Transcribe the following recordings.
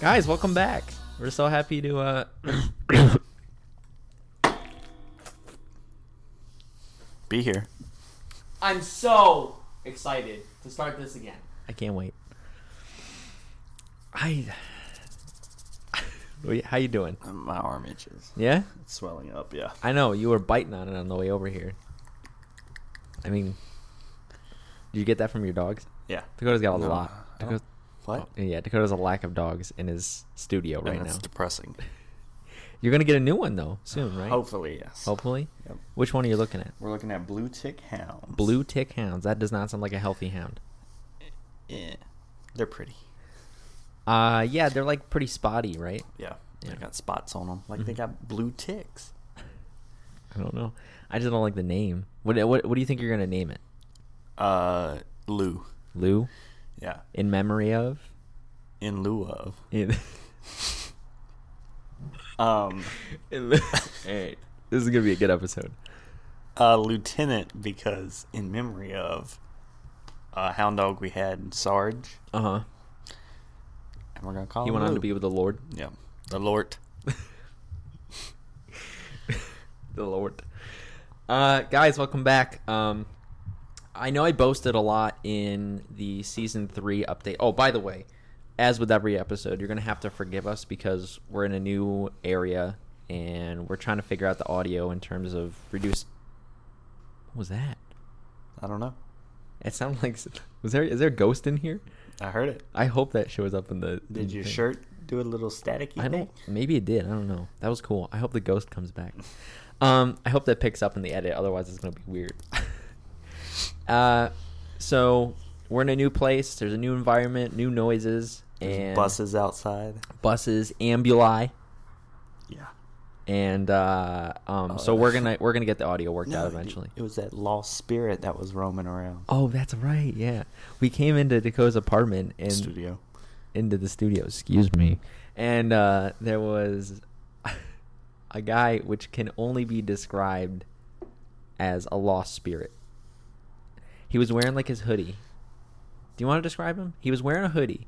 Guys, welcome back. We're so happy to uh Be here. I'm so excited to start this again. I can't wait. I Wait, How you doing? Uh, My arm itches. Yeah? It's swelling up. Yeah. I know you were biting on it on the way over here. I mean, did you get that from your dogs? Yeah. Dakota's got a No, lot. I don't- Dakota, What? yeah, Dakota's a lack of dogs in his studio right and now. it's depressing. You're gonna get a new one though soon, right? Hopefully, yes. Hopefully. Yep. Which one are you looking at? We're looking at blue tick hounds. Blue tick hounds. That does not sound like a healthy hound. Yeah. They're pretty. Uh, yeah, they're like pretty spotty, right? Yeah. Yeah. Mm-hmm. They got spots on them, like they got blue ticks. I don't know. I just don't like the name. What what what do you think you're gonna name it? Uh, Lou. Lou, Yeah. in memory of. In lieu of. In, Um, in li- Alright, this is gonna be a good episode. uh, lieutenant because in memory of a hound dog we had Sarge, Uh huh. and we're gonna call He him. went on Oh, Lou. to be with the Lord. Yeah. The Lord. the Lord. Uh, guys, welcome back. Um, I know I boasted a lot in the season three update. Oh, by the way, as with every episode, you're gonna have to forgive us because we're in a new area and we're trying to figure out the audio in terms of reduce. What was that? I don't know. It sounded like was there is there a ghost in here? I heard it. I hope that shows up in the. in Did the your thing. shirt do a little staticky? Mm, I don't. thing? Maybe it did. I don't know. That was cool. I hope the ghost comes back. Um, I hope that picks up in the edit. Otherwise, it's gonna be weird. uh, so we're in a new place. There's a new environment, new noises, There's and buses outside. buses, ambuli, Yeah. and uh, um. Oh, so yeah. we're gonna we're gonna get the audio worked out it- eventually. It, was that lost spirit that was roaming around Oh, that's right. Yeah, we came into Dakota's apartment the and studio. into the studio. Excuse me. And uh, there was a guy which can only be described as a lost spirit. He was wearing like his hoodie. Do you want to describe him? He was wearing a hoodie.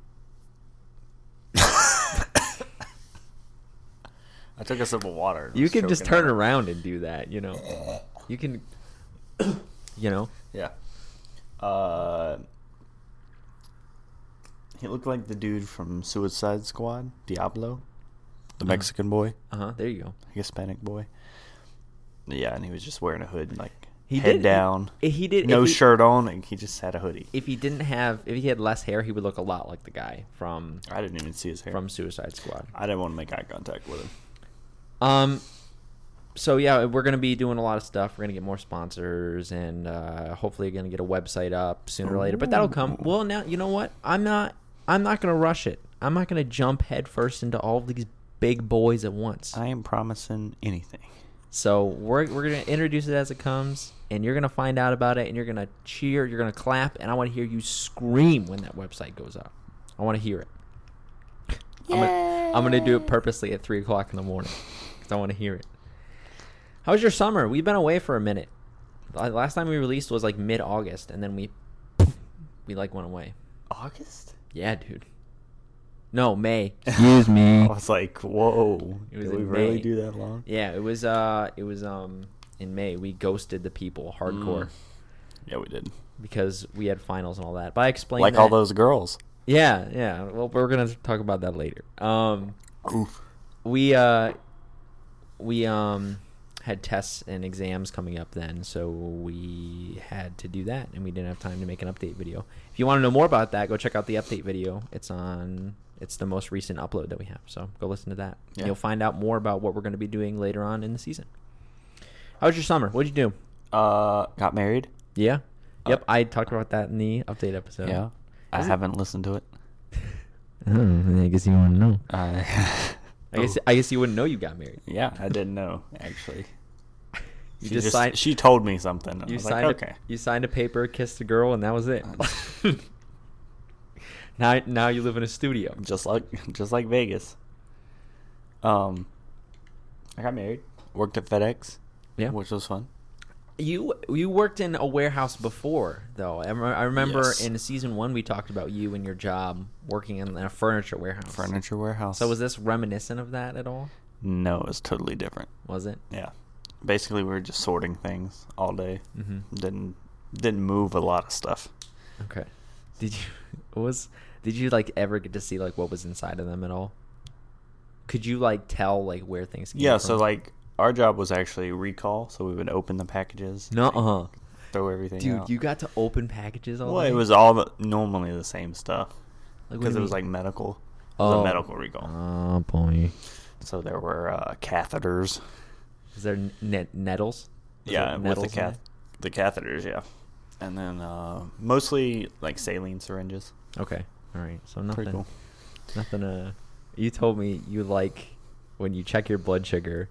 I took a sip of water. and You was can just choking turn on it. around and do that, you know. You can, you know. Yeah. Uh, he looked like the dude from Suicide Squad, Diablo, the Uh-huh. Mexican boy, Uh huh. There you go. Hispanic boy. Yeah, and he was just wearing a hood, and, like He head did- down, If he did if no he- shirt on, and he just had a hoodie. If he didn't have, if he had less hair, he would look a lot like the guy from I didn't even see his hair. from Suicide Squad. I didn't want to make eye contact with him. Um. So yeah, we're gonna be doing a lot of stuff. We're gonna get more sponsors, and uh, hopefully, gonna get a website up sooner or later. But that'll come. Ooh. Well, now you know what? I'm not. I'm not gonna rush it. I'm not gonna jump headfirst into all these big boys at once. I am promising anything. So we're we're gonna introduce it as it comes, and you're gonna find out about it, and you're gonna cheer, you're gonna clap, and I want to hear you scream when that website goes up. I want to hear it. I'm gonna, I'm gonna do it purposely at three o'clock in the morning because I want to hear it. How was your summer? We've been away for a minute. The last time we released was like mid August, and then we we like went away. August? Yeah, dude. No, May. Excuse me. I was like, whoa. Mm. It was Did we in May. really do that long? Yeah, it was uh, it was um in May. We ghosted the people hardcore. Mm. Yeah, we did. because we had finals and all that. But I explained Like all that- those girls. Yeah, yeah. Well, we're gonna talk about that later. Um, Oof. we uh, we um had tests and exams coming up then, so we had to do that, and we didn't have time to make an update video. If you want to know more about that, go check out the update video. It's on. It's the most recent upload that we have, so go listen to that. Yeah. You'll find out more about what we're going to be doing later on in the season. How was your summer? What'd you do? Uh, got married. Yeah. Uh, Yep, I talked about that in the update episode. yeah. I Is it- haven't listened to it. Oh, I guess you wouldn't know. I. I Oh. guess I guess you wouldn't know you got married. yeah, I didn't know actually. she You just signed- She told me something. and I You was signed like, a, okay. you signed a paper, kissed a girl, and that was it. Uh, now now you live in a studio. just like just like Vegas. Um, I got married. Worked at FedEx. Yeah. Which was fun. You you worked in a warehouse before, though. I, rem- I remember Yes. in season one we talked about you and your job working in a furniture warehouse. Furniture warehouse. So was this reminiscent of that at all? No, it's totally different. Was it? Yeah. Basically, we were just sorting things all day. Mm-hmm. Didn't didn't move a lot of stuff. Okay. Did you what was did you like ever get to see like what was inside of them at all? Could you like tell like where things came Yeah. from? So like our job was actually recall. So we would open the packages. No like, uh Throw everything. Dude, out. you got to open packages all Well, day? it was all the, normally the same stuff Like, what do because you it was mean? like medical. It was Oh. a medical recall. Oh boy. So there were uh, catheters. Is there n- net- nettles? Was there yeah, with the nettles in cath the catheters. Yeah, and then uh, mostly like saline syringes. there? Okay. All right. So nothing. Pretty cool. Nothing. Uh, you told me you like when you check your blood sugar.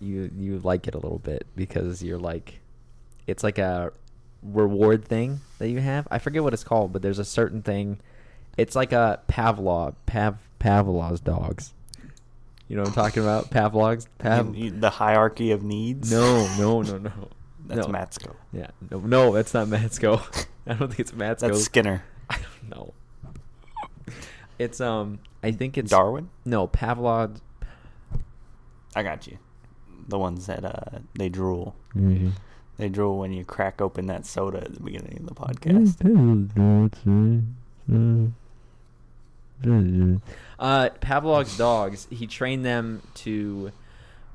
You you like it a little bit because you're like, it's like a reward thing that you have. I forget what it's called, but there's a certain thing. It's like a Pavlov Pav Pavlov's dogs. You know what I'm talking about? Pavlov's Pav. You- you- the hierarchy of needs. No, no, no, no. That's no. Matsko. Yeah. No, no, that's not Matsko. I don't think it's Matsko. That's Skinner. I don't know. It's um. I think it's Darwin. No, Pavlov. I got you. The ones that uh, they drool. They drool when you crack open that soda at the beginning of the podcast. Mm-hmm. Uh, Pavlov's dogs. He trained them to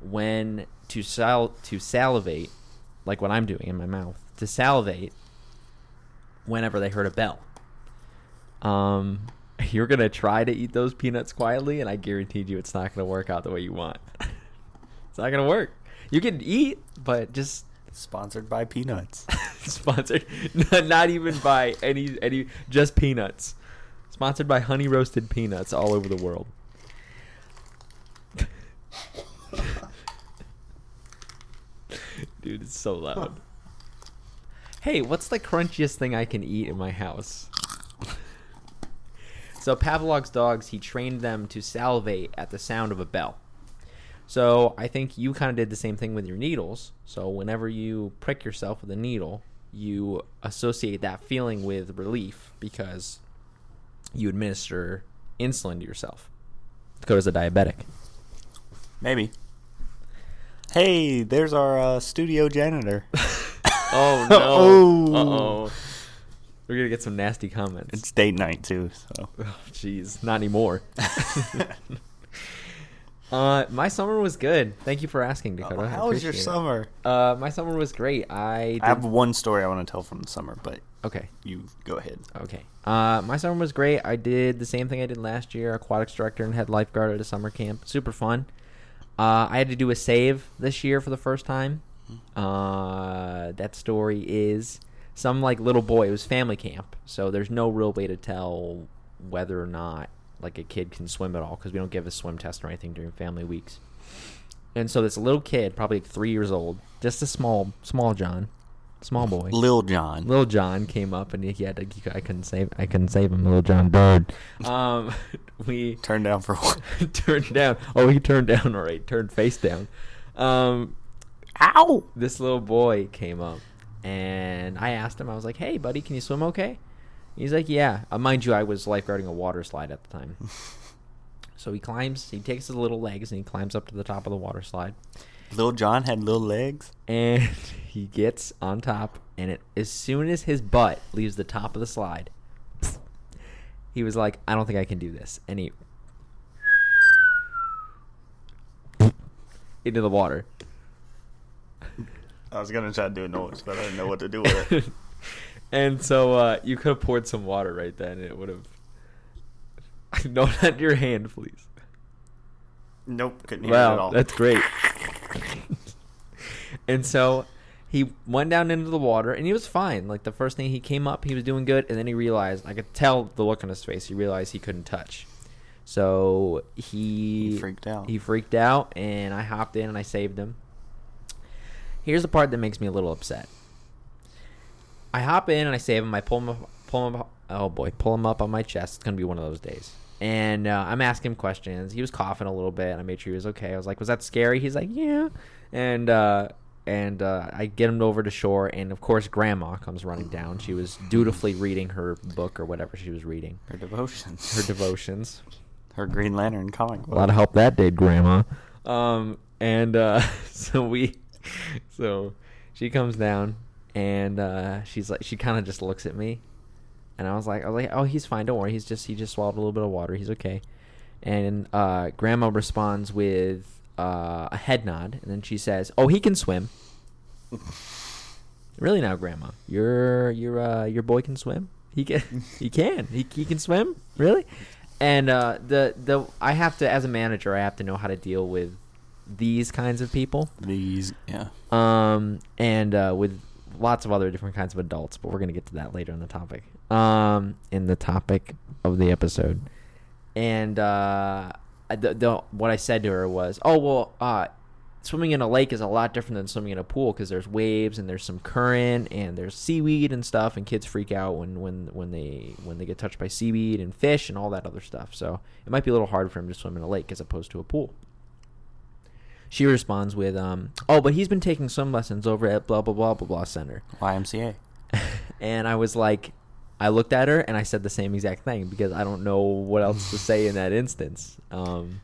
when to sal to salivate, like what I'm doing in my mouth, to salivate whenever they heard a bell. Um, you're gonna try to eat those peanuts quietly, and I guarantee you, it's not gonna work out the way you want. it's not gonna work. You can eat, but just Sponsored by Peanuts. sponsored not, not even by any any just peanuts sponsored by honey roasted peanuts all over the world dude it's so loud hey what's the crunchiest thing i can eat in my house so pavlov's dogs he trained them to salivate at the sound of a bell so I think you kind of did the same thing with your needles. So whenever you prick yourself with a needle, you associate that feeling with relief because you administer insulin to yourself. Dakota's a diabetic. Maybe. Hey, there's our uh, studio janitor. Oh no. Oh. Uh-oh. We're gonna get some nasty comments. It's date night too, so Oh, Jeez, not anymore. uh, my summer was good. Thank you for asking, Dakota. I Oh, how was your appreciate it. summer? Uh, my summer was great. I, I have did- one story I want to tell from the summer, but okay. you go ahead. Okay. Uh, my summer was great. I did the same thing I did last year: aquatics director and head lifeguard at a summer camp. Super fun. Uh, I had to do a save this year for the first time. Uh, that story is some like little boy. It was family camp, so there's no real way to tell whether or not like a kid can swim at all because we don't give a swim test or anything during family weeks. And so this little kid, probably like three years old, just a small, small John, small boy. Lil John. Little John came up and he had to, I couldn't save I couldn't save him. Little John died. Um, we Turned down for what? turned down. Oh, he turned down. All right, turned face down. Um, Ow! this little boy came up and I asked him. I was like, "Hey, buddy, can you swim okay?" He's like, "Yeah." Uh, mind you, I was lifeguarding a water slide at the time. So he climbs. He takes his little legs and he climbs up to the top of the water slide. Lil John had little legs. and he gets on top and it, as soon as his butt leaves the top of the slide he was like i don't think i can do this and he into the water I was gonna try to do a noise, but I didn't know what to do with it. and so uh, you could have poured some water right then and it would have no not your hand please nope, couldn't hear it at Wow, all. that's great. and so he went down into the water and he was fine. Like the first thing he came up, he was doing good, and then he realized I could tell the look on his face. He realized he couldn't touch. So he, He freaked out. He freaked out, and I hopped in and I saved him. Here's the part that makes me a little upset. I hop in and I save him. I pull him, up, pull him. Up, oh boy, pull him up on my chest. It's gonna be one of those days. And uh, I'm asking him questions. He was coughing a little bit. I made sure he was okay. I was like, "Was that scary?" He's like, "Yeah." And uh, and uh, I get him over to shore, and of course, Grandma comes running down. She was dutifully reading her book or whatever she was reading, Her devotions. her devotions. Her Green Lantern comic book. A lot of help that did, Grandma. Um, and uh, so we, so she comes down, and uh, she's like, she kind of just looks at me, and I was like, I was like, oh, he's fine. Don't worry. He's just he just swallowed a little bit of water. He's okay. And uh, Grandma responds with uh, a head nod, and then she says, "Oh, he can swim." really now, Grandma, your your uh, your boy can swim. He can he can he, he can swim really. And uh, the the I have to as a manager, I have to know how to deal with these kinds of people These, yeah. um, and uh, with lots of other different kinds of adults. But we're gonna get to that later in the topic. Um, in the topic of the episode, and uh, I- the, the what I said to her was, "Oh well, uh, swimming in a lake is a lot different than swimming in a pool because there's waves and there's some current and there's seaweed and stuff, and kids freak out when when when they when they get touched by seaweed and fish and all that other stuff. So it might be a little hard for him to swim in a lake as opposed to a pool." She responds with, um, "Oh, but he's been taking swim lessons over at blah blah blah blah blah center." YMCA. And I was like, I looked at her and I said the same exact thing because I don't know what else to say in that instance. Um,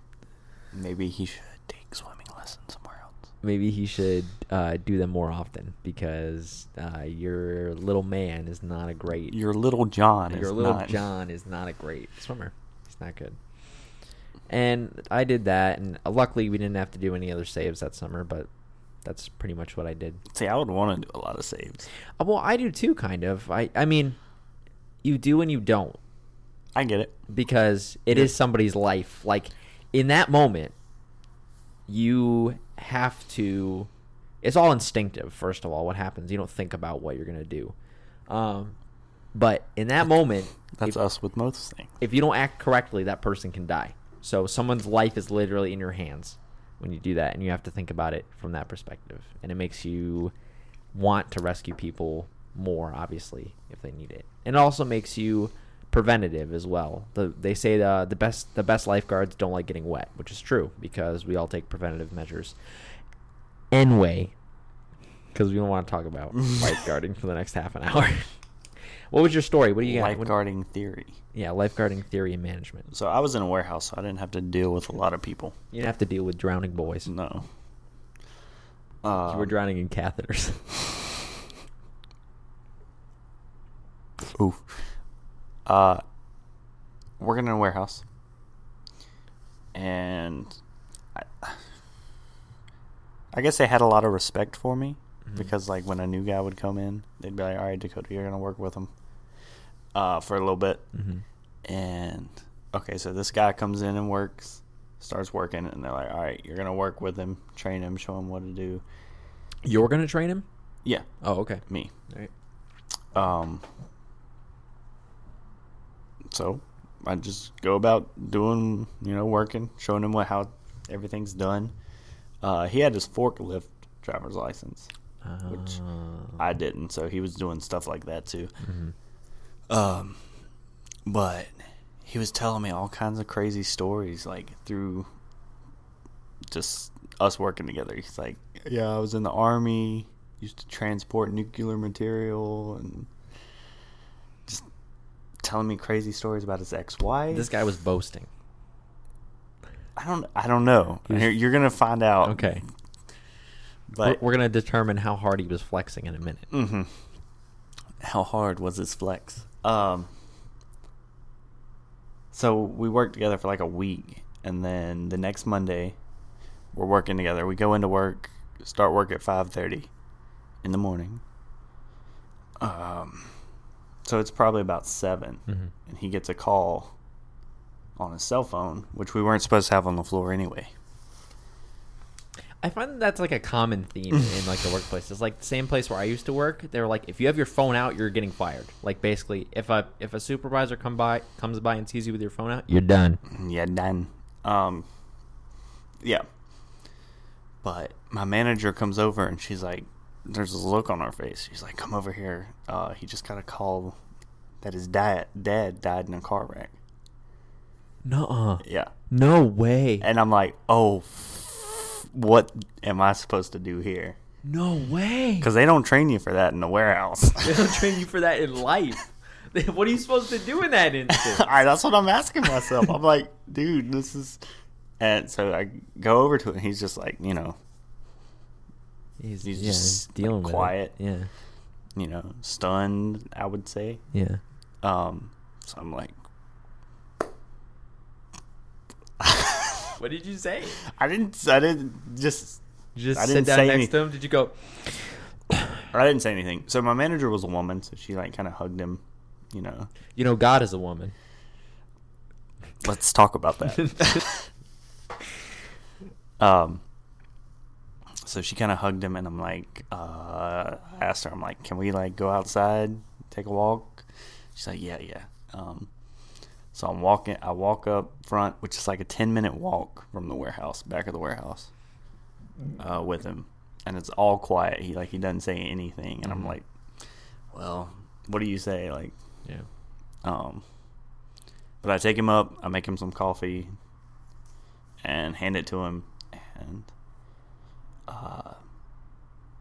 Maybe he should take swimming lessons somewhere else. maybe he should uh, do them more often because uh, your little man is not a great. Your little John is your little not- John is not a great swimmer. He's not good. And I did that, and luckily we didn't have to do any other saves that summer. But that's pretty much what I did. See, I would want to do a lot of saves. Uh, Well, I do too, kind of. I, I mean, you do and you don't I get it. because it is somebody's life. Like in that moment, you have to. It's all instinctive, first of all. What happens? You don't think about what you're gonna do. Um, but in that moment, That's if, us with most things. if you don't act correctly, that person can die. So someone's life is literally in your hands when you do that, and you have to think about it from that perspective. And it makes you want to rescue people more, obviously, if they need it. And it also makes you preventative as well. The, they say the, the best the best lifeguards don't like getting wet, which is true because we all take preventative measures. Anyway, because we don't want to talk about lifeguarding for the next half an hour. what was your story? What do you got? What- Lifeguarding theory. yeah, lifeguarding theory and management. So I was in a warehouse, so I didn't have to deal with a lot of people. You didn't have to deal with drowning boys. No. um, Uh, You were drowning in catheters. Oof. Uh, working in a warehouse, and I, I guess they had a lot of respect for me because, like, when a new guy would come in, they'd be like, "All right, Dakota, you're gonna work with him uh, for a little bit." Mm-hmm. And okay, so this guy comes in and works, starts working, and they're like, "All right, you're gonna work with him, train him, show him what to do." You're gonna train him? Yeah, Oh, okay. me. All right. Um, so I just go about doing, you know, working, showing him what how everything's done. Uh, he had his forklift driver's license, which Uh, I didn't, so he was doing stuff like that too. Mm-hmm. Um, but he was telling me all kinds of crazy stories, like through just us working together. He's like, "Yeah, I was in the army, used to transport nuclear material, and just telling me crazy stories about his ex-wife." This guy was boasting. I don't, I don't know. He was- You're, you're gonna find out. Okay. but we're, we're gonna determine how hard he was flexing in a minute. hmm How hard was his flex? Um, so we worked together for like a week, and then the next Monday, we're working together. We go into work, start work at five thirty in the morning. Um, so it's probably about 7 and he gets a call on his cell phone, which we weren't supposed to have on the floor anyway. I find that that's like a common theme Mm. in like the workplace. It's like the same place where I used to work. They were like, if you have your phone out, you're getting fired. Like basically, if a if a supervisor come by comes by and sees you with your phone out, you're done. Yeah, done. Um, yeah. But my manager comes over and she's like, there's this look on her face. She's like, come over here. Uh, he just got a call that his dad, dad died in a car wreck. No, Yeah. no way. eh. And I'm like, oh, f- what am I supposed to do here? No way. because they don't train you for that in the warehouse. They don't train you for that in life. what are you supposed to do in that All instance? right, that's what I'm asking myself. I'm like, dude, this is. And so I go over to it, and he's just like, you know, He's, He's yeah, just, he's like, dealing with it. quiet. Yeah, you know, stunned. I would say. yeah. Um, so I'm like, What did you say? I didn't, I didn't just, Just I sit didn't down say next any- to him. Did you go? or I didn't say anything. So my manager was a woman, so she like kind of hugged him. You know, You know, God is a woman. let's talk about that. um, so she kind of hugged him, and I'm like, uh, I asked her, I'm like, can we like go outside, take a walk? She's like, yeah, yeah. Um, so I'm walking, I walk up front, which is like a 10 minute walk from the warehouse, back of the warehouse, uh, with him, and it's all quiet. He like he doesn't say anything, Mm-hmm. and I'm like, well, what do you say? Like, Yeah. um, but I take him up, I make him some coffee, and hand it to him. And uh,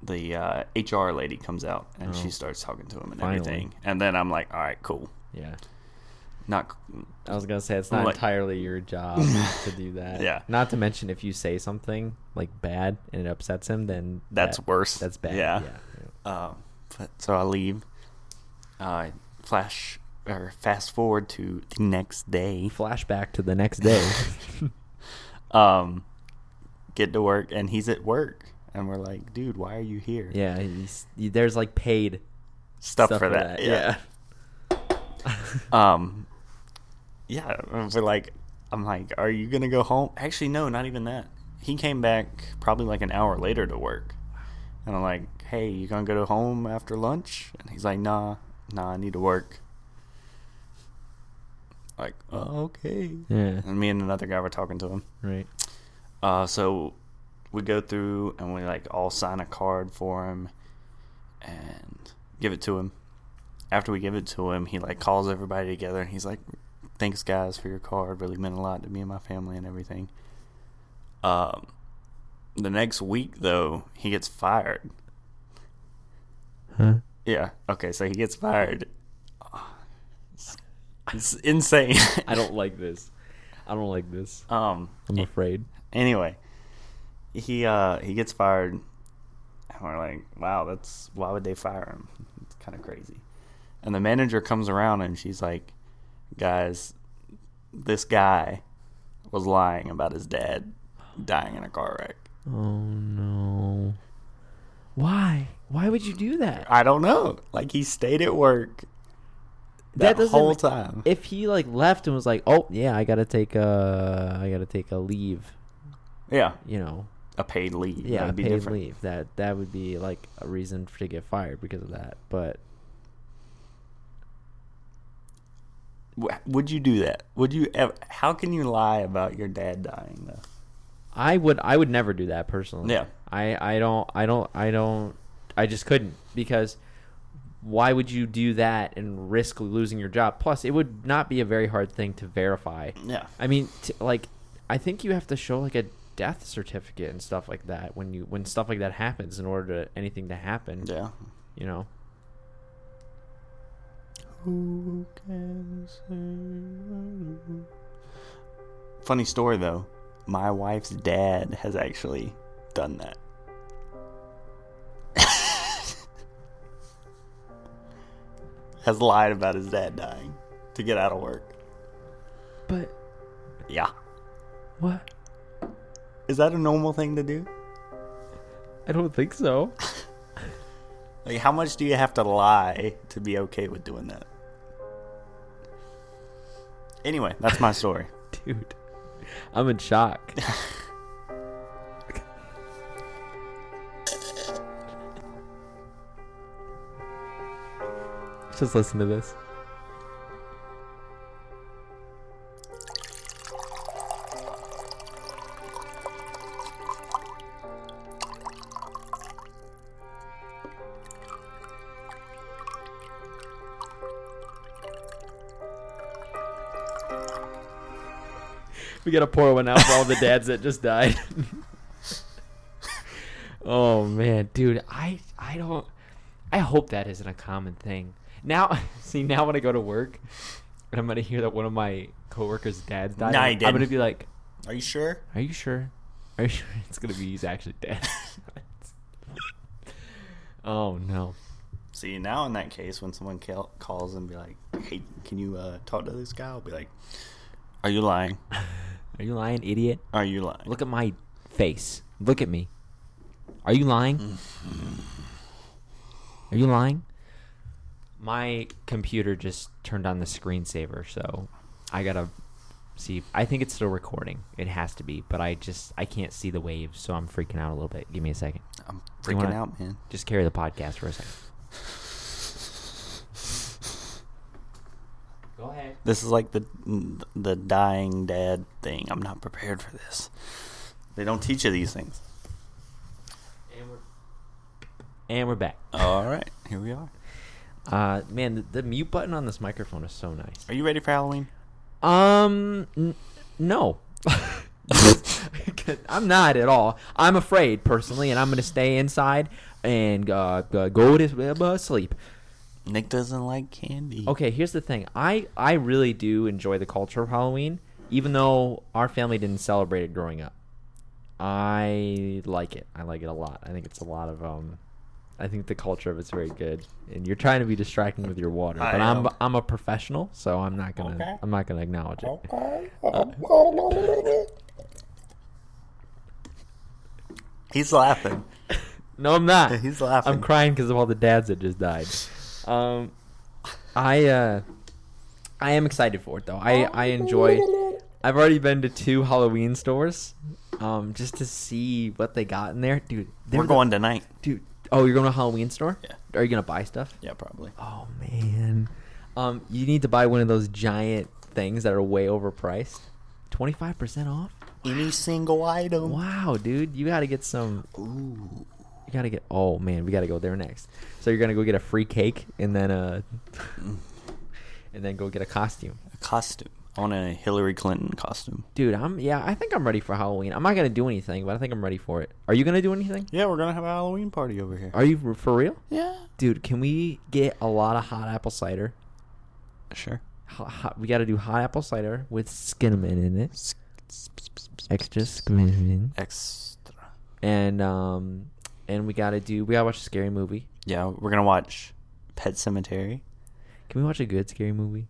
the uh, HR lady comes out and Oh. she starts talking to him and Finally. everything. And then I'm like, all right, cool. Yeah. Not I was gonna say it's I'm not like- entirely your job to do that. Yeah. Not to mention if you say something like bad and it upsets him, then that's that- worse. That's bad. Yeah. yeah. Um, but, so I leave. I flash or fast forward to the next day. Flashback to the next day. Um, get to work and he's at work. And we're like, dude, why are you here? yeah. He's, he, there's like paid Stuff, for that. yeah. um yeah but like i'm like are you gonna go home actually no not even that he came back probably like an hour later to work and i'm like hey you gonna go to home after lunch and he's like nah nah i need to work like oh, okay Yeah. and me and another guy were talking to him Right. uh, so we go through and we like all sign a card for him and give it to him. After we give it to him, he like calls everybody together and he's like, "Thanks guys for your card. Really meant a lot to me and my family and everything." Um, the next week though, he gets fired. Huh? Yeah. Okay. So he gets fired. It's insane. I don't like this. I don't like this. um. I'm afraid. anyway, he uh he gets fired, and we're like, wow, that's why would they fire him? It's kind of crazy. And the manager comes around and she's like, guys, this guy was lying about his dad dying in a car wreck. Oh no. Why? Why would you do that? I don't know. Like he stayed at work That that, doesn't whole make- time. If he like left and was like, "Oh yeah, I gotta take a, I gotta take a leave," yeah, you know, a paid leave. yeah, That'd be paid different. leave. That that would be like a reason for, to get fired because of that. But W- Would you do that? Would you? Ever, how can you lie about your dad dying though? I would I would never do that personally. Yeah. I I don't I don't I don't I just couldn't because why would you do that and risk losing your job? Plus, it would not be a very hard thing to verify. Yeah. I mean, t- like, I think you have to show like a death certificate and stuff like that when you when stuff like that happens in order to anything to happen. Yeah. You know. Who can say Funny story though, my wife's dad has actually done that. has lied about his dad dying to get out of work. But Yeah. what? Is that a normal thing to do? I don't think so. Like how much do you have to lie to be okay with doing that? Anyway, that's my story. Dude, I'm in shock. Just listen to this. We gotta pour one out for all the dads that just died. Oh man, dude, I I don't I hope that isn't a common thing. Now see now when I go to work and I'm gonna hear that one of my coworkers' dads died. Nah, he I'm, I'm gonna didn't. be like, Are you sure? Are you sure? Are you sure it's gonna be he's actually dead? oh no. See, now in that case, when someone cal- calls and be like, "Hey, can you uh, talk to this guy?" I'll be like, "Are you lying? Are you lying, idiot? Are you lying?" Look at my face. Look at me. Are you lying? Are you lying? My computer just turned on the screensaver, so I gotta see. I think it's still recording. It has to be, but I just I can't see the waves, so I'm freaking out a little bit. Give me a second. I'm You freaking wanna- out, man. Just carry the podcast for a second. Go ahead. This is like the the dying dad thing. I'm not prepared for this. They don't teach you these things. And we're, and we're back. All right, here we are. Uh, man, the, the mute button on this microphone is so nice. Are you ready for Halloween? Um, n- no. I'm not at all. I'm afraid personally, and I'm gonna stay inside and uh, uh, go to uh, sleep. Nick doesn't like candy. Okay, here's the thing. I I really do enjoy the culture of Halloween, even though our family didn't celebrate it growing up. I like it. I like it a lot. I think it's a lot of um. I think the culture of it's very good, and you're trying to be distracting with your water, I but I'm am. I'm a professional, so I'm not gonna Okay. I'm not gonna acknowledge it. Uh, He's laughing. No, I'm not. He's laughing. I'm crying because of all the dads that just died. Um, I uh, I am excited for it though. I I enjoy. I've already been to two Halloween stores, um, just to see what they got in there, dude. they're We're the- going tonight. dude. Oh, you're going to a Halloween store? Yeah. Are you gonna buy stuff? Yeah, probably. Oh man, um, you need to buy one of those giant things that are way overpriced. Twenty five percent off. Any single item. Wow, dude, you got to get some Ooh. You gotta get. Oh man, we gotta go there next. So you're gonna go get a free cake and then uh, and then go get a costume, A costume. I want a Hillary Clinton costume. dude. I'm yeah. I think I'm ready for Halloween. I'm not gonna do anything, but I think I'm ready for it. Are you gonna do anything? Yeah, we're gonna have a Halloween party over here. Are you r- for real, Yeah. dude? Can we get a lot of hot apple cider? Sure. Hot, hot, we gotta do hot apple cider with cinnamon in it, extra cinnamon, Extra. and um, and we gotta do. We gotta watch a scary movie. Yeah, we're gonna watch Pet Cemetery. Can we watch a good scary movie?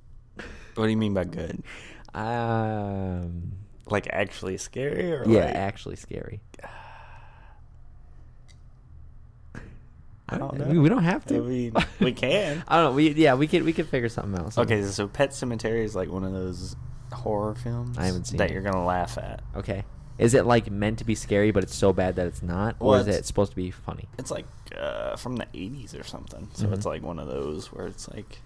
What do you mean by good? Um, Like actually scary or yeah, like- actually scary. I don't know. mean, we don't have to. I mean, we can. I don't know. We yeah, we could we could figure something else. out. Okay, so Pet Cemetery is like one of those horror films I haven't seen that it. you're gonna laugh at. Okay. Is it like meant to be scary, but it's so bad that it's not, or Well, is it's- it supposed to be funny? It's like uh, from the '80s or something. So Mm-hmm. it's like one of those where it's like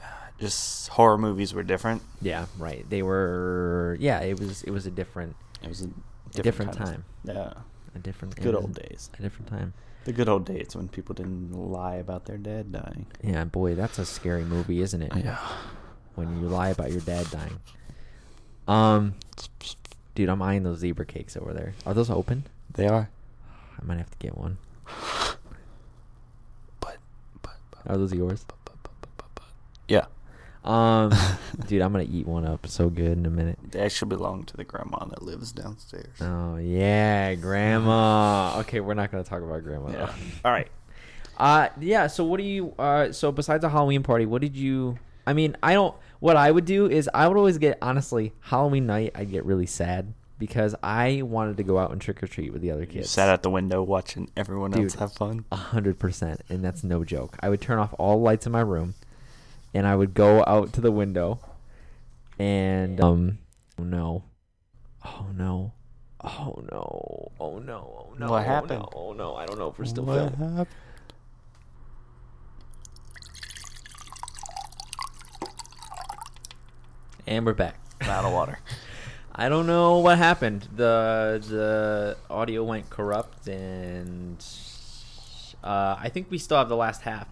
uh, just horror movies were different. Yeah, right. They were. Yeah, it was. It was a different, It was a a different, different kind time, of- yeah, a different. it good was old a- days. A different time. The good old days when people didn't lie about their dad dying. Yeah, boy, that's a scary movie, isn't it? Yeah. When you lie about your dad dying. Um, dude, I'm eyeing those zebra cakes over there. Are those open? They are. I might have to get one. But, but, but, Are those yours? but, but, but, but, but. Yeah. Um, dude, I'm gonna eat one up so good in a minute. They actually belong to the grandma that lives downstairs. Oh yeah, grandma. Okay, we're not gonna talk about grandma. Yeah. Though. All right. Uh, yeah. So what do you? Uh, so besides the Halloween party, what did you? I mean, I don't. What I would do is I would always get honestly Halloween night. I'd get really sad because I wanted to go out and trick or treat with the other You kids. sat out the window watching everyone Dude. Uh, else have fun. A hundred percent, and that's no joke. I would turn off all lights in my room, and I would go out to the window, and um, oh no, oh no, oh no, oh no, oh no. What oh happened? No, oh no, I don't know if we're still What filming. happened? And we're back. Out of water. I don't know what happened. The the audio went corrupt, and uh, I think we still have the last half,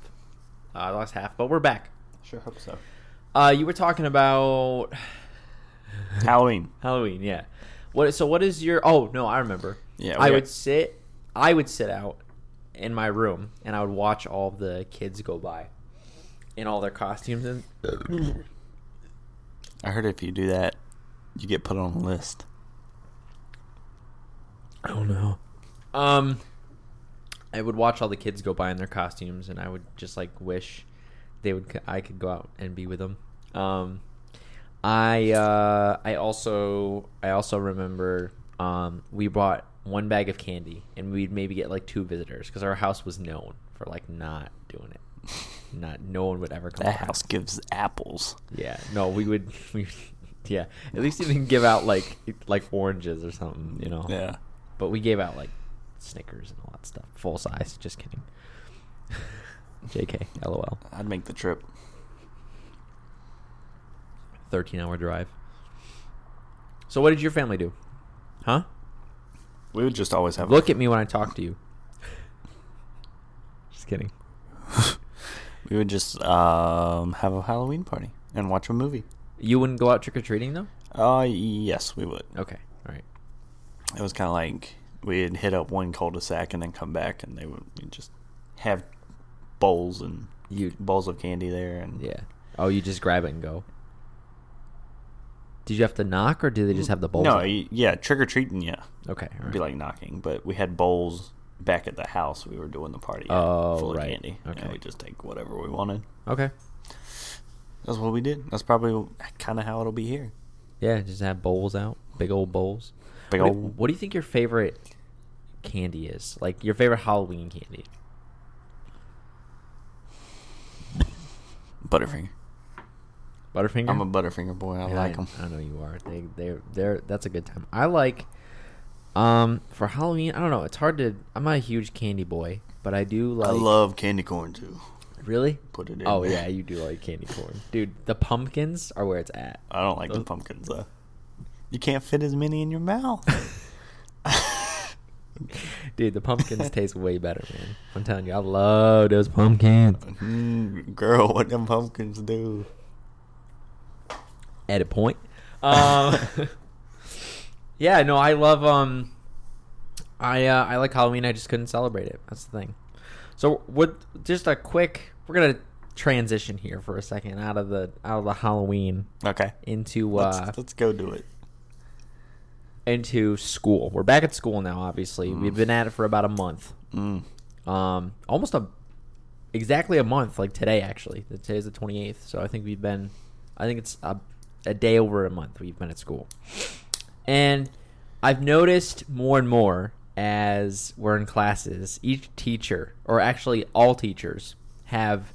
uh, the last half, but we're back. Sure hope so. Uh, you were talking about Halloween. Halloween, yeah. What? So what is your? Oh no, I remember. Yeah, I we- would sit I would sit out in my room and I would watch all the kids go by in all their costumes and I heard if you do that, you get put on a list. I don't know. Um I would watch all the kids go by in their costumes and I would just like wish they would I could go out and be with them. Um I uh I also I also remember um we bought one bag of candy and we'd maybe get like two visitors cuz our house was known for like not doing it. Not no one would ever come That by. house gives apples. Yeah, no, we would. We, yeah, at least you didn't give out like like oranges or something, you know. Yeah. But we gave out like Snickers and all that stuff, full size. Just kidding. Jk, lol. I'd make the trip. Thirteen hour drive. So what did your family do? Huh? We would just always have Look at me when I talk to you. Just kidding. we would just um, have a Halloween party and watch a movie. You wouldn't go out trick or treating though. Uh yes, we would. Okay, all right. It was kind of like we'd hit up one cul-de-sac and then come back, and they would we'd just have bowls and You bowls of candy there, and Yeah. Oh, you just grab it and go. Did you have to knock, or do they just have the bowl? no, y- yeah, trick or treating, yeah, Okay. all it'd right. be like knocking, but we had bowls back at the house. We were doing the party, at, Oh, full right. of candy, Okay. and we just take whatever we wanted. Okay. That's what we did. That's probably kind of how it'll be here. Yeah, just have bowls out, big old bowls. Big what, Do, old- what do you think your favorite candy is? Like your favorite Halloween candy? Butterfinger. Butterfinger. I'm a Butterfinger boy. I Yeah, like 'em. like them. I know you are. They they they're that's a good time. I like um for Halloween. I don't know. It's hard to. I'm not a huge candy boy, but I do like. I love candy corn too. Really? Put it in. Oh yeah, you do like candy corn, dude. The pumpkins are where it's at. I don't like the pumpkins though. You can't fit as many in your mouth. Dude, the pumpkins taste way better, man. I'm telling you, I love those pumpkins. Mm, girl, what them pumpkins do? At a point. Um, yeah, no, I love. Um, I uh, I like Halloween. I just couldn't celebrate it. That's the thing. So what? Just a quick. We're gonna transition here for a second out of the out of the Halloween Okay. into uh, Let's, let's go do it. into school. We're back at school now. Obviously, we've been at it for about a month. Mm. um, almost a exactly a month like today actually The- today's the 28th so i think we've been i think it's a, a day over a month we've been at school and i've noticed more and more as we're in classes each teacher or actually all teachers have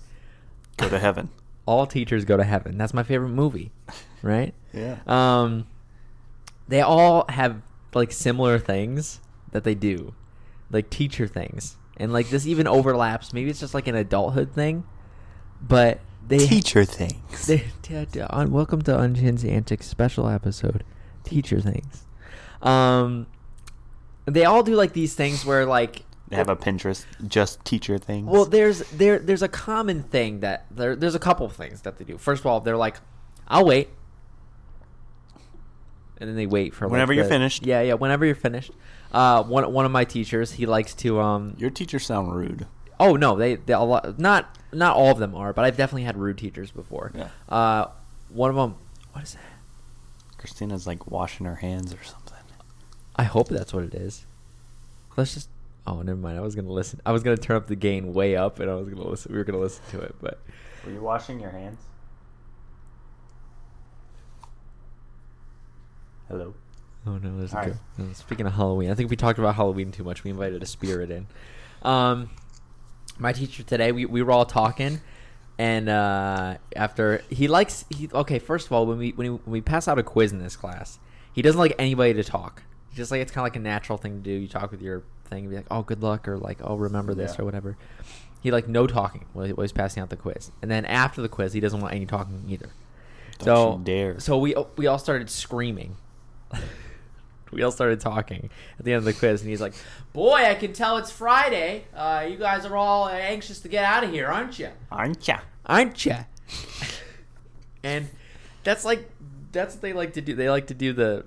Go to heaven. all teachers go to heaven that's my favorite movie right Yeah. um, they all have like similar things that they do, like teacher things, and like this even overlaps. Maybe it's just like an adulthood thing, but they Teacher things. They, t- t- un- welcome to Unhinged Antics special episode, teacher things. Um, they all do like these things where like They have a Pinterest. Just teacher things. well, there's there there's a common thing that there there's a couple of things that they do. First of all, they're like, "I'll wait," and then they wait for like, Whenever you're the- finished. Yeah, yeah. Whenever you're finished, uh, one one of my teachers he likes to um. your teachers sound rude. Oh no, they they a lot, not not all of them are, but I've definitely had rude teachers before. Yeah. Uh, one of them. What is that? Christina's like washing her hands or something. I hope that's what it is. Let's just. Oh, never mind. I was gonna listen. I was gonna turn up the gain way up, and I was gonna listen. We were gonna listen to it, but. Were you washing your hands? Hello. Oh no, there's All a right. good. no, Speaking of Halloween, I think we talked about Halloween too much. We invited a spirit in. Um, my teacher today, we, we were all talking, and uh, after he likes he okay. First of all, when we when, we, when we pass out a quiz in this class, he doesn't like anybody to talk. Just like it's kind of like a natural thing to do. You talk with your thing, and be like, "Oh, good luck," or like, "Oh, remember this," Yeah. or whatever. He like no talking while he while he's passing out the quiz, and then after the quiz, he doesn't want any talking either. Don't so you dare. So we we all started screaming. we all started talking at the end of the quiz, and he's like, "Boy, I can tell it's Friday. Uh, you guys are all anxious to get out of here, aren't you? Aren't ya? Aren't you?" and that's like that's what they like to do. They like to do the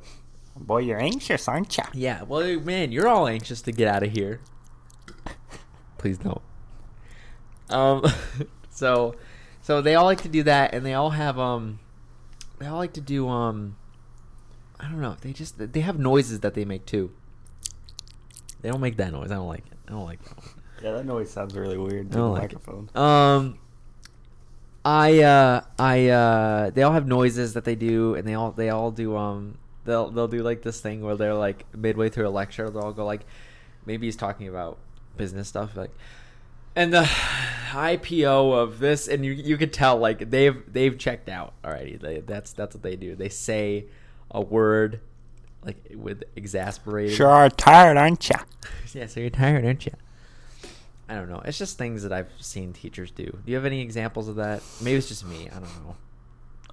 Boy, you're anxious, aren't you? Yeah. Well, man, you're all anxious to get out of here. Please don't. Um. so, so they all like to do that, and they all have um, they all like to do um, I don't know. They just they have noises that they make too. They don't make that noise. I don't like it. I don't like that. One. Yeah, that noise sounds really weird. I through don't the like it. microphone. Um, I uh, I uh, they all have noises that they do, and they all they all do um, they'll they'll do like this thing where they're like midway through a lecture, they'll all go like, maybe he's talking about business stuff like. And the IPO of this, and you you could tell like they've they've checked out already. They, that's that's what they do. They say a word like with exasperated Sure are tired, aren't you? yeah, so you're tired, aren't you? I don't know. It's just things that I've seen teachers do. Do you have any examples of that? Maybe it's just me. I don't know.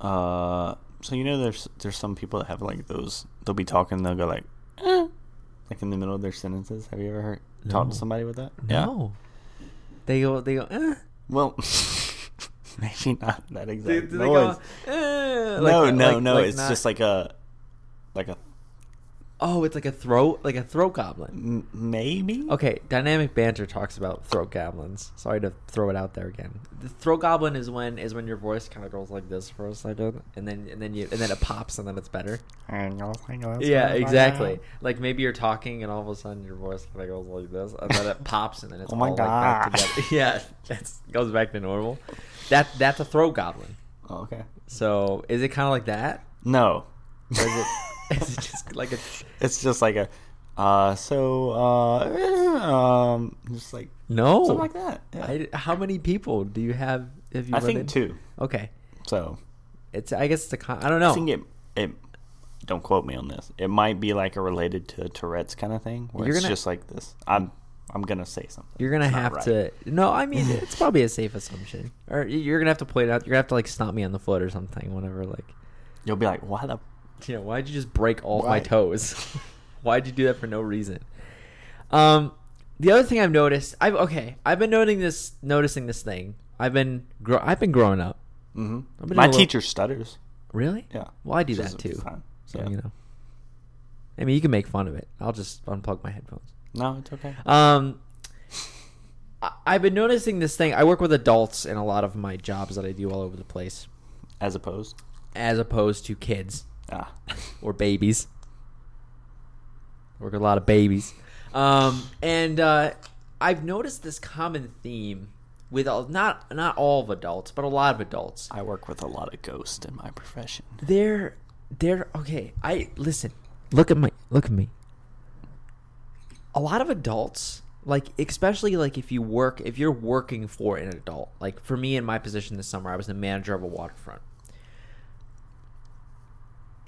Uh, so you know, there's there's some people that have like those. They'll be talking, they'll go like, "Eh," like in the middle of their sentences. Have you ever heard, talked No. to somebody with that? No. They go. They go. Eh. Well, maybe not that exact They, do they noise. go. Eh, no, uh, like- no, like- no. like it's not- just like a, like a Oh, it's like a throat, like a throat goblin. m- maybe. Okay, dynamic banter talks about throat goblins. Sorry to throw it out there again. The throat goblin is when is when your voice kind of goes like this for a second, and then and then you and then it pops, and then it's better. And y'all think that's yeah, what I exactly. am? Like maybe you're talking and all of a sudden your voice kind of goes like this, and then it pops, and then it's Oh my all like back God. together. yeah, it goes back to normal. That that's a throat goblin. Oh, okay. So is it kind of like that? No. Or is it, is it just like a? It's just like a, uh, so, uh, eh, um, just like No. something like that. Yeah. Oh. I, I, how many people do you have? Have you? run think into? two. Okay, So it's. I guess it's a. Con- I don't I think know. it, it, don't quote me on this. It might be like a related to Tourette's kind of thing, where You're it's gonna- just like this. I'm, I'm gonna say something. You're gonna It's not have right. to. No, I mean it's probably a safe assumption. Or you're gonna have to point out. You're gonna have to like stomp me on the foot or something. Whenever like You'll be like, why the you know, why'd you just break all my Right. toes? why'd you do that for no reason? Um, the other thing I've noticed, I've okay, I've been noting this, noticing this thing. I've been, grow, I've been growing up. I've Mm-hmm. been My a little- teacher stutters. Really? Yeah. Well, I do Which that is too. fine. So Yeah. you know, I mean, you can make fun of it. I'll just unplug my headphones. No, it's okay. Um, I, I've been noticing this thing. I work with adults in a lot of my jobs that I do all over the place, As opposed. as opposed to kids. Ah. or babies. Work with a lot of babies, um, and uh, I've noticed this common theme with all, not not all of adults, but a lot of adults. I work with a lot of ghosts in my profession. They're they're okay. I listen. Look at my look at me. A lot of adults, like especially like if you work if you're working for an adult. Like for me in my position this summer, I was the manager of a waterfront.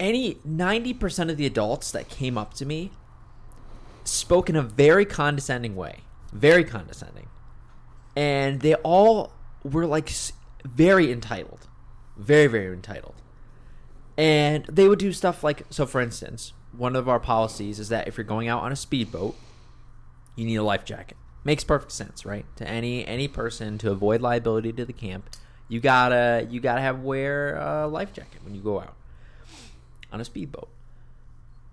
Any 90% of the adults that came up to me spoke in a very condescending way, very condescending. And they all were like s- very entitled. Very very entitled and they would do stuff like so for instance one of our policies is that if you're going out on a speedboat you need a life jacket makes perfect sense right to any any person to avoid liability to the camp you gotta you gotta have wear a life jacket when you go out on a speedboat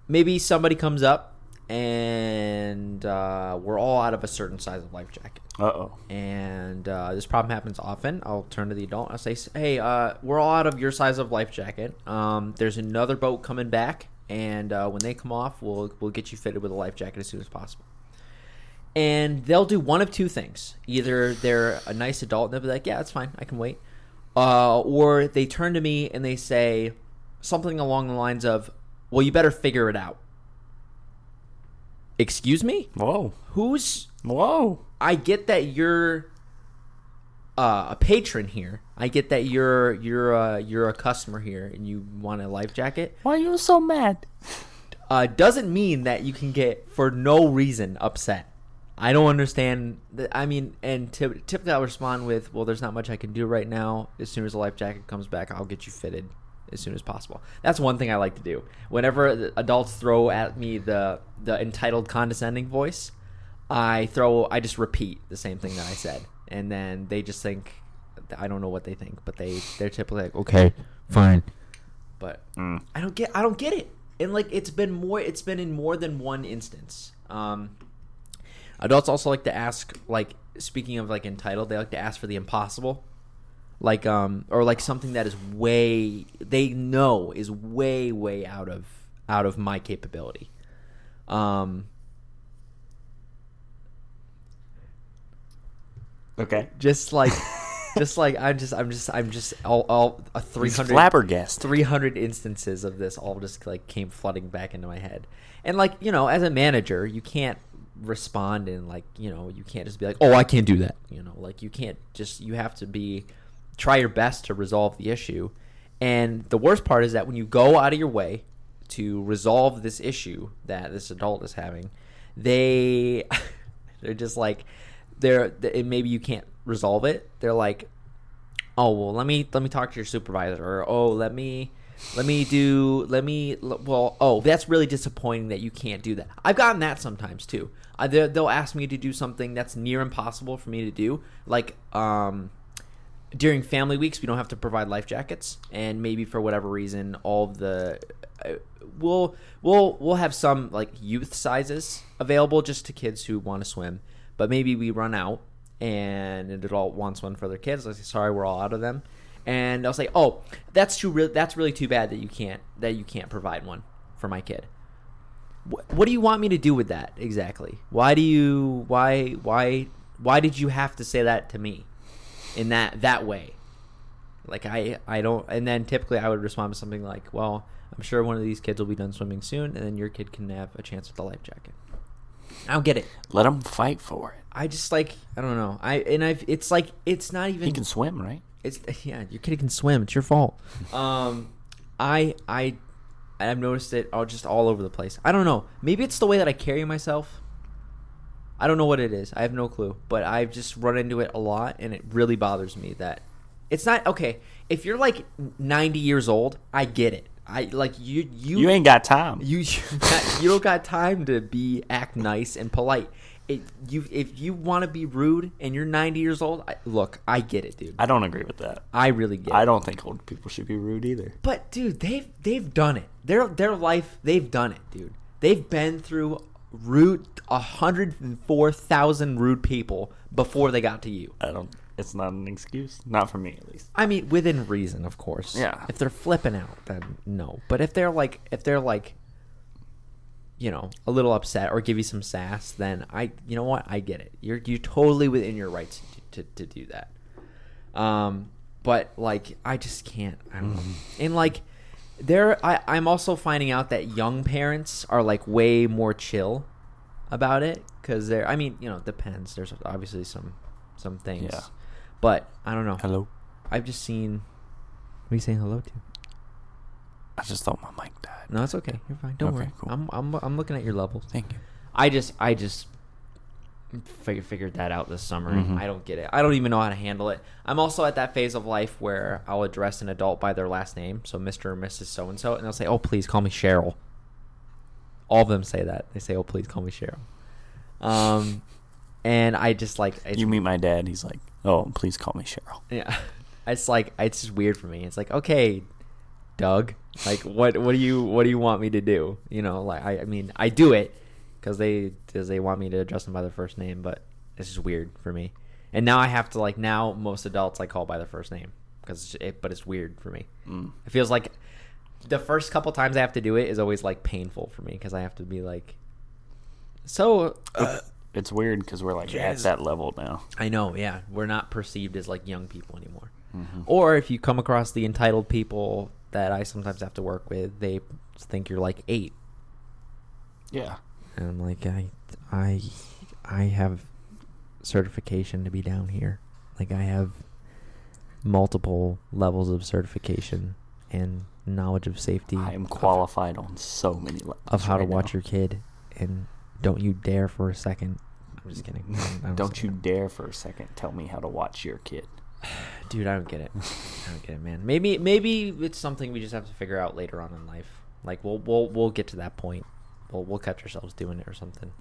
maybe somebody comes up and uh, we're all out of a certain size of life jacket Uh oh. and uh, this problem happens often. I'll turn to the adult. I'll say, "Hey, uh, we're all out of your size of life jacket. Um, there's another boat coming back, and uh, when they come off, we'll we'll get you fitted with a life jacket as soon as possible." And they'll do one of two things: either they're a nice adult and they'll be like, "Yeah, that's fine, I can wait," uh, or they turn to me and they say something along the lines of, "Well, you better figure it out." Excuse me? Whoa. Who's Whoa. I get that you're uh, a patron here. I get that you're you're uh, you're a customer here and you want a life jacket. Why are you so mad? Uh, doesn't mean that you can get for no reason upset. I don't understand. The, I mean, and typ- typically I'll respond with, "Well, there's not much I can do right now. As soon as the life jacket comes back, I'll get you fitted as soon as possible." That's one thing I like to do. Whenever the adults throw at me the the entitled, condescending voice, I throw I just repeat the same thing that I said, and then they just think I don't know what they Mm. think, but they they're typically like, "Okay, fine," but I don't get I don't get it. and like it's been more it's been in more than one instance um adults also like to ask like speaking of like entitled they like to ask for the impossible like um or like something that is way they know is way way out of out of my capability um Okay. just like just like i'm just i'm just i'm just all, all a He's 300 flabbergasted. 300 instances of this all just like came flooding back into my head and like you know as a manager you can't respond and like you know you can't just be like oh i can't do that you know like you can't just you have to be try your best to resolve the issue and the worst part is that when you go out of your way to resolve this issue that this adult is having they they're just like they're and maybe you can't resolve it they're like oh well let me let me talk to your supervisor or oh let me let me do let me l- well oh that's really disappointing that you can't do that i've gotten that sometimes too I, they- they'll ask me to do something that's near impossible for me to do like um during family weeks we don't have to provide life jackets and maybe for whatever reason all of the uh, we'll we'll we'll have some like youth sizes available just to kids who want to swim but maybe we run out and an adult wants one for their kids i say sorry we're all out of them and i'll say oh that's too real that's really too bad that you can't that you can't provide one for my kid what, what do you want me to do with that exactly why do you why why why did you have to say that to me in that that way like i i don't and then typically i would respond to something like well i'm sure one of these kids will be done swimming soon and then your kid can have a chance with the life jacket i don't get it Let him fight for it. i just like i don't know i and i've it's like it's not even He can swim, right? it's yeah, your kid can swim. It's your fault. Um, I I I've noticed it all just all over the place. I don't know. Maybe it's the way that I carry myself. I don't know what it is. I have no clue. But I've just run into it a lot, and it really bothers me that it's not okay. If you're like 90 years old, I get it. I like you. You, You ain't got time. you you got- you don't got time to be act nice and polite. It, you if you want to be rude and you're 90 years old, I, look, I get it, dude. I don't agree with that. I really get. I it. don't think old people should be rude either. But dude, they've they've done it. Their their life, they've done it, dude. They've been through rude hundred and four thousand rude people before they got to you. I don't. It's not an excuse. Not for me, at least. I mean, within reason, of course. Yeah. If they're flipping out, then no. But if they're like, if they're like, you know, a little upset or give you some sass, then I, you know what, I get it. You're you're totally within your rights to to, to do that. Um, but like, I just can't. I don't know. Mm. And like, there, I I'm also finding out that young parents are like way more chill about it because they're. I mean, you know, it depends. There's obviously some some things. Yeah. But I don't know. Hello. I've just seen. What are you saying hello to? I just thought my mic died. No, it's okay. You're fine. Don't Okay, worry. cool. I'm, I'm I'm looking at your levels. Thank you. I just I just fig- figured that out this summer. Mhm. I don't get it. I don't even know how to handle it. I'm also at that phase of life where I'll address an adult by their last name, so Mr. or Mrs. So and so, and they'll say, "Oh, please call me Cheryl." All of them say that. They say, "Oh, please call me Cheryl." Um, and I just like it's You meet my dad. He's like, oh, please call me Cheryl. Yeah. It's like it's just weird for me. It's like, okay, Doug, like what what do you what do you want me to do? You know, like I, I mean, I do it cuz they cause they want me to address them by their first name, but it's just weird for me. And now I have to like now most adults I call by their first name cuz it but it's weird for me. Mm. It feels like the first couple times I have to do it is always like painful for me cuz I have to be like so Uh, It's weird because we're like Jazz. at that level now. I know, yeah. We're not perceived as like young people anymore. Mm-hmm. Or if you come across the entitled people that I sometimes have to work with, they think you're like eight, Yeah. and I'm like, I, I, I have certification to be down here. Like I have multiple levels of certification and knowledge of safety. I am of- qualified on so many levels. of how to right now. watch your kid, and don't you dare for a second. I'm just kidding. I Don't say you that. dare for a second tell me how to watch your kid. Dude, I don't get it. I don't get it, man. Maybe maybe it's something we just have to figure out later on in life. Like we'll we'll we'll get to that point. We'll we'll catch ourselves doing it or something.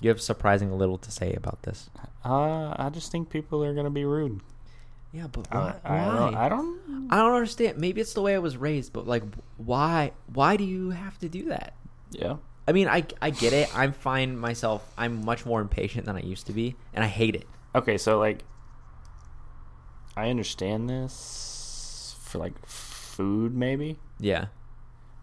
You have surprising little to say about this. Uh, I just think people are gonna be rude. Yeah, but I, why? I don't, why? I don't. I don't understand. Maybe it's the way I was raised, but like, why? Why do you have to do that? Yeah. I mean, I I get it. I find myself I'm much more impatient than I used to be, and I hate it. Okay, so like, I understand this for like food, maybe Yeah,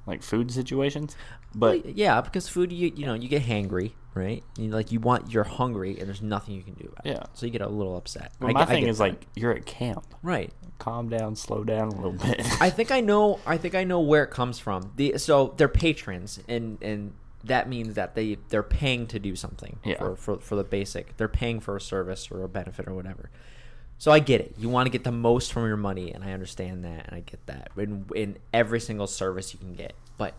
like food situations, but Well, yeah, because food you you know you get hangry, right? You, like you want you're hungry, and there's nothing you can do about it. Yeah. so you get a little upset. but I- my I thing get is that. like you're at camp. right. Calm down, slow down a little bit. I think I know. I think I know where it comes from. The so they're patrons, and and that means that they they're paying to do something Yeah. for, for for the basic. They're paying for a service or a benefit or whatever. So I get it. You want to get the most from your money, and I understand that, and I get that in in every single service you can get. But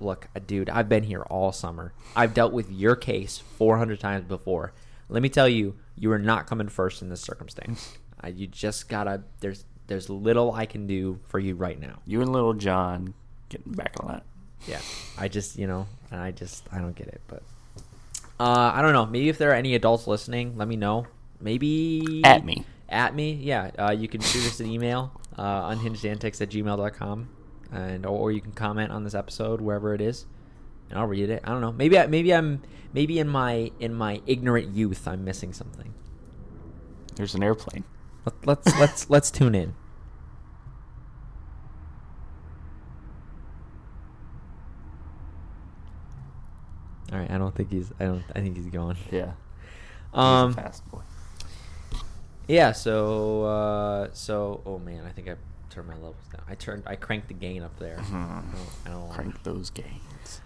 look, uh, dude, I've been here all summer. I've dealt with your case 400 times before. Let me tell you, you are not coming first in this circumstance. uh, you just gotta. There's there's little I can do for you right now. you and little John getting back a lot. Yeah, I just you know, and I just I don't get it, but uh, I don't know. Maybe if there are any adults listening, let me know. Maybe At me. at me. Yeah, uh, you can shoot us an email, uh, unhingedantics at gmail.com, and or you can comment on this episode wherever it is, and I'll read it. I don't know. Maybe I, maybe I'm maybe in my in my ignorant youth I'm missing something. There's an airplane. Let, let's let's let's tune in. All right, I don't think he's. I don't. I think he's gone. Yeah, he's a Um. fast boy. Yeah. So. Uh, so. Oh man, I think I turned my levels down. I turned. I cranked the gain up there. I don't. I don't wanna- Mm-hmm. Uh-huh. Crank those gains.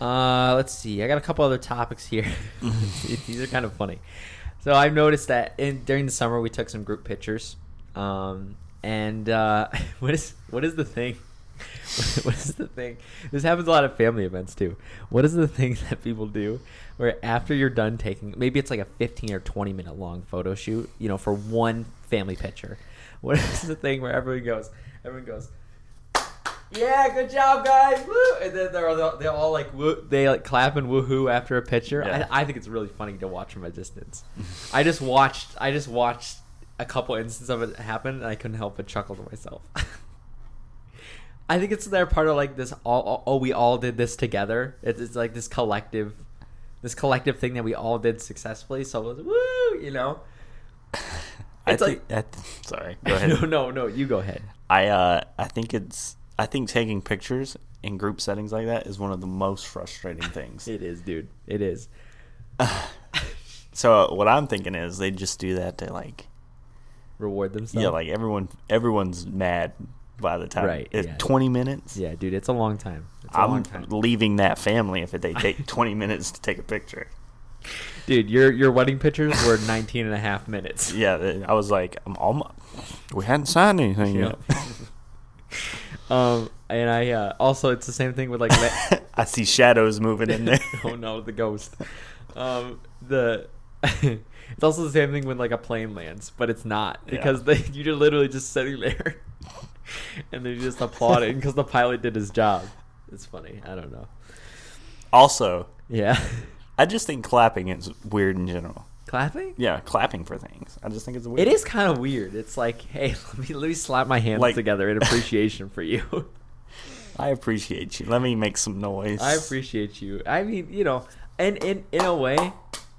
Uh, let's see. I got a couple other topics here. These are kind of funny. So I've noticed that in, during the summer we took some group pictures. Um, and uh, what is what is the thing? what is the thing? This happens a lot at family events too. What is the thing that people do where after you're done taking, maybe it's like a 15 or 20 minute long photo shoot, you know, for one family picture. What is the thing where everyone goes? Everyone goes. Yeah, good job, guys! Woo! And then they're all, they all like woo, they like clap and woohoo after a picture. Yeah. I, I think it's really funny to watch from a distance. I just watched I just watched a couple instances of it happen, and I couldn't help but chuckle to myself. I think it's their part of like this all, all oh we all did this together. It's, it's like this collective this collective thing that we all did successfully. So it was, woo, you know. I It's like- think. I th- sorry. Go ahead. no, no, no. You go ahead. I uh, I think it's I think taking pictures in group settings like that is one of the most frustrating things. It is, dude. It is. so uh, what I'm thinking is they just do that to like Reward themselves. yeah, like everyone everyone's mad by the time Right, it's yeah. 20 minutes. Yeah, dude, it's a long time. It's a I'm long time. leaving that family if they take 20 minutes to take a picture. Dude, your your wedding pictures were 19 and a half minutes. Yeah, then I was like, I'm almost. We hadn't signed anything Yeah. yet. Um and I uh, also it's the same thing with like la- I see shadows moving in there. oh no, the ghost. Um the it's also the same thing when like a plane lands, but it's not because Yeah. they, you're literally just sitting there and they're just applauding because the pilot did his job. It's funny. I don't know. Also, Yeah. I just think clapping is weird in general. Clapping? Yeah, clapping for things. I just think it's weird. It is kind of weird. It's like, hey, let me let me slap my hands Like- together in appreciation for you. I appreciate you. Let me make some noise. I appreciate you. I mean, you know, and in in a way,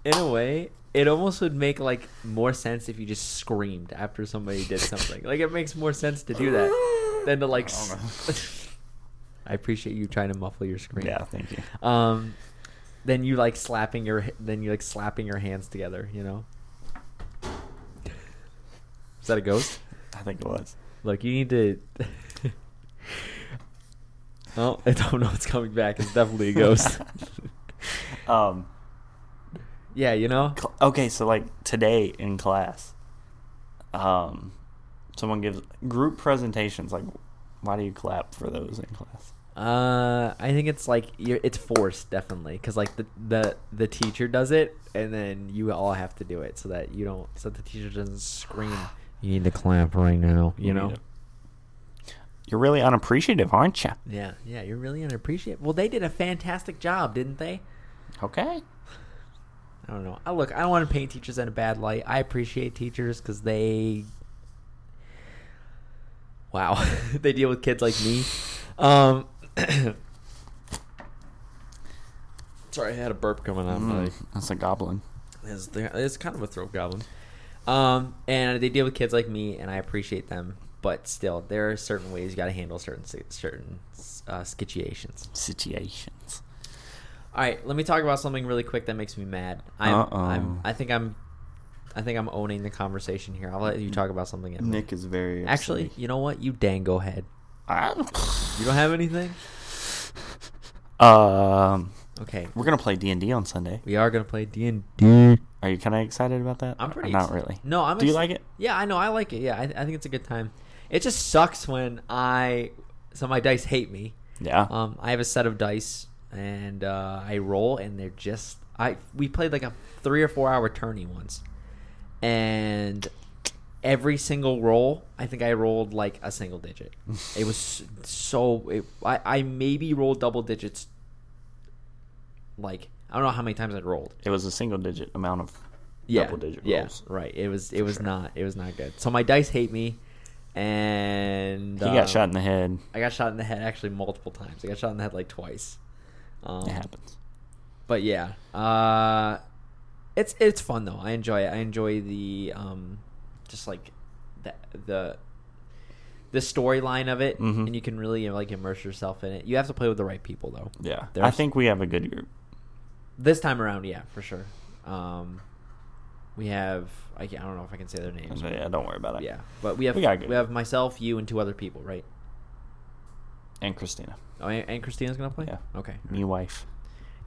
in a way, it almost would make like more sense if you just screamed after somebody did something. like it makes more sense to do that than to like. I don't s- I appreciate you trying to muffle your scream. Yeah, thank you. Um, then you like slapping your then you like slapping your hands together. You know. Is that a ghost? I think it was. Look, you need to. oh, I don't know. It's coming back. It's definitely a ghost. Um, yeah, you know. cl- okay, so like today in class, um, someone gives group presentations. Like, why do you clap for those in class? Uh, I think it's like you're, it's forced, definitely, because like the, the the teacher does it, and then you all have to do it so that you don't, so the teacher doesn't scream. You need to clap right now. You, know. need to- You're really unappreciative, aren't you? Yeah, yeah. You're really unappreciative. Well, they did a fantastic job, didn't they? Okay. I don't know. I, look, I don't want to paint teachers in a bad light. I appreciate teachers because they Wow, they deal with kids like me. Um, sorry, I had a burp coming out. of my Mm, that's a goblin. It's, they're- it's kind of a throat goblin. Um, and they deal with kids like me, and I appreciate them. But still, there are certain ways you got to handle certain si- certain uh, situations. Situations. All right, let me talk about something really quick that makes me mad. I'm, Uh-oh. I'm I think I'm, I think I'm owning the conversation here. I'll let you talk about something. Emily. Nick is very Actually, you know what? You dango head. upsetting. You don't have anything. um, Okay, we're gonna play D and D on Sunday. we are gonna play D and D. Are you kind of excited about that? I'm Or pretty Not exci- really. No, I'm. Do you exci- like it? Yeah, I know. I like it. Yeah, I, I think it's a good time. It just sucks when I so my dice hate me. Yeah. Um, I have a set of dice and uh, I roll, and they're just I. We played like a three or four hour tourney once, and every single roll, I think I rolled like a single digit. it was so. It, I I maybe rolled double digits. Like I don't know how many times I rolled. it was a single digit amount of Yeah, double digit yeah, rolls. Right. It was. It was not. It was not good. So my dice hate me, and He got shot in the head. I got shot in the head actually multiple times. I got shot in the head like twice. Um, It happens. but yeah, uh, it's it's fun though. I enjoy it. I enjoy the um, just like the the the storyline of it, Mhm. and you can really you know, like immerse yourself in it. You have to play with the right people though. Yeah. I There's- think we have a good group. This time around, yeah, for sure. Um, we have I, can't- I don't know if I can say their names. but- Yeah. Don't worry about it. Yeah, but we have We we, got good. have myself, you, and two other people, right? And Christina, Oh, and, and Christina's gonna play. Yeah. Okay. new wife.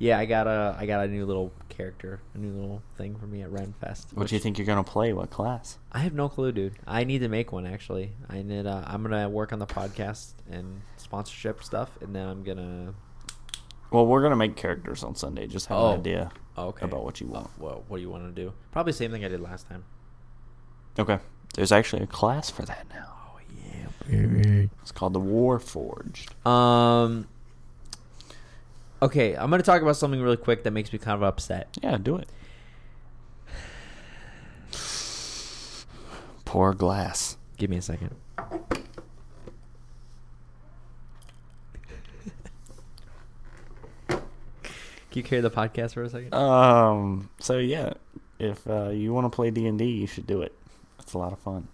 Yeah, I got a I got a new little character, a new little thing for me at Renfest. What do you think you're gonna play? What class? I have no clue, dude. I need to make one actually. I need. Uh, I'm gonna work on the podcast and sponsorship stuff, and then I'm gonna. Well, we're gonna make characters on Sunday. Just have Oh. an idea Oh, okay. about what you want. Well, what do you want to do? Probably same thing I did last time. Okay. There's actually a class for that now. Oh yeah, baby. It's called the War Forged. Um. Okay, I'm gonna talk about something really quick that makes me kind of upset. Yeah, do it. Pour glass. Give me a second. Can you carry the podcast for a second? Um. So yeah, if uh, you want to play D and D, you should do it. It's a lot of fun.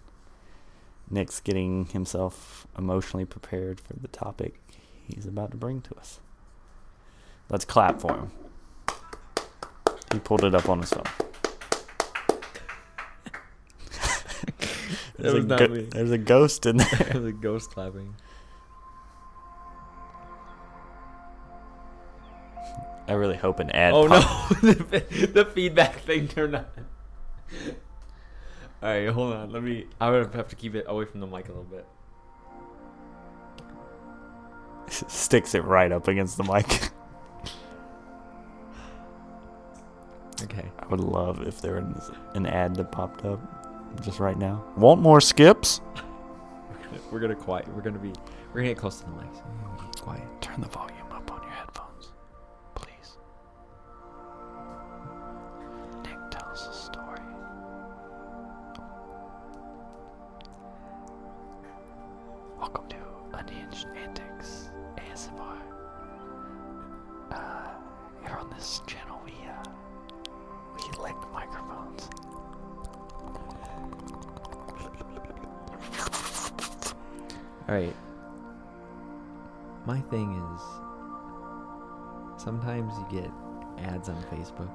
Nick's getting himself emotionally prepared for the topic he's about to bring to us. Let's clap for him. He pulled it up on his phone. That there's, was a not go- me. there's a ghost in there. the ghost clapping. I really hope an ad. Oh pop- no, the, fe- the feedback thing turned on. All right, hold on. Let me. I'm gonna have to keep it away from the mic a little bit. Sticks it right up against the mic. Okay. I would love if there was an ad that popped up just right now. Want more skips? We're gonna quiet. We're gonna be. We're gonna get close to the mic. So we're gonna be quiet. Turn the volume up on your headphones, please. Nick tells a story. Welcome to Unhinged Antics ASMR. Uh, here on this channel, we uh, we lick microphones. All right. My thing is, sometimes you get ads on Facebook.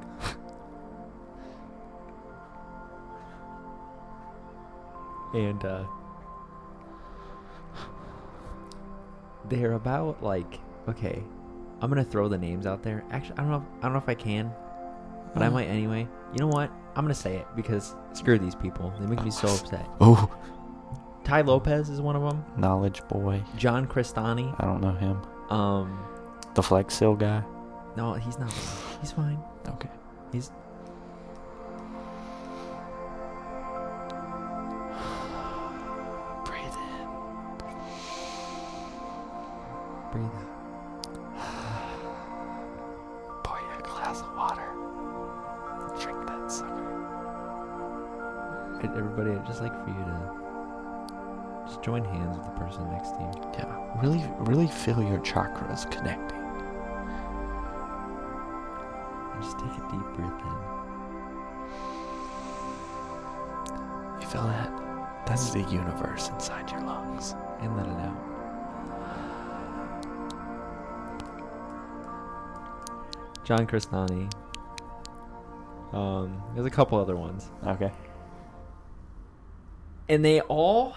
and, uh, they're about like, okay, I'm gonna throw the names out there. Actually, I don't know. If, I don't know if I can, but I might anyway. You know what? I'm gonna say it because screw these people. They make me so upset. Oh, Ty Lopez is one of them. knowledge boy. John Cristani. I don't know him. Um, The Flex Seal guy. no, he's not. He's fine. Okay. He's. Breathe in. Breathe out. Pour you a glass of water. Drink that sucker. Everybody, I'd just like for you to just join hands with the person next to you. Yeah, really, really feel your chakras connecting. And just take a deep breath in. You feel that? That's the universe inside your lungs. and let it out. John Kristani. Um, there's a couple other ones, Okay. and they all.